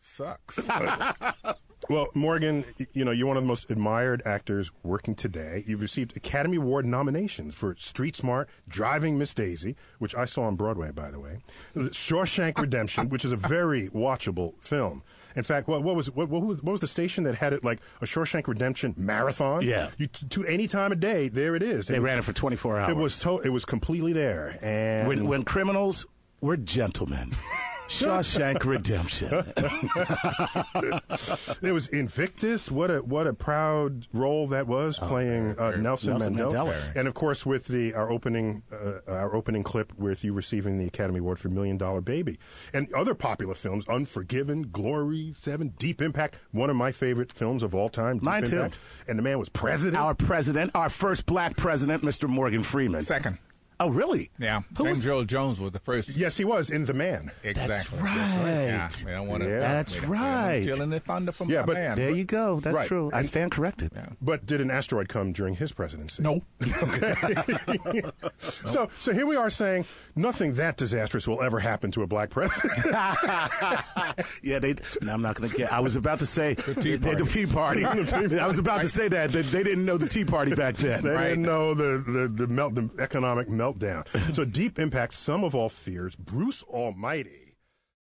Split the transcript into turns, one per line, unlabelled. sucks.
Well, Morgan, y- you know, you're one of the most admired actors working today. You've received Academy Award nominations for Street Smart, Driving Miss Daisy, which I saw on Broadway, by the way, Shawshank Redemption, which is a very watchable film. In fact, what, what was what, what was what was the station that had it like a Shawshank Redemption marathon?
Yeah.
you, t- to any time of day, there it is.
They
And
ran it for 24 hours.
It was to- it was completely there, and
when, when criminals were gentlemen. Shawshank Redemption.
It was Invictus. What a what a proud role that was playing uh, Nelson,
Oh, Nelson
Mandela.
Mandela.
and of course with the our opening uh, our opening clip with you receiving the Academy Award for Million Dollar Baby, and other popular films, Unforgiven, Glory, Seven, Deep Impact, one of my favorite films of all time. Deep
Mine too.
Impact. And the man was president.
Our president, our first black president, Mr. Morgan Freeman.
Second.
Oh, really?
Yeah.
Who
James
was
Earl Jones was the first.
yes, he was in The Man.
Exactly. Yeah,
right.
we don't want to.
Yeah.
That's right.
Stealing the thunder from
Yeah,
my
but-
man.
There you go. That's
Right.
true. I stand corrected.
But did an asteroid come during his presidency?
No.
So, so here we are saying nothing that disastrous will ever happen to a black president.
Yeah, they. No, I'm not going to get. I was about to say the
Tea
The,
Party.
tea party. I was about to say that, that they didn't know the Tea Party back then.
They
Right.
didn't know the, the, the, melt, the economic meltdown. so deep impact, some of all fears, Bruce Almighty.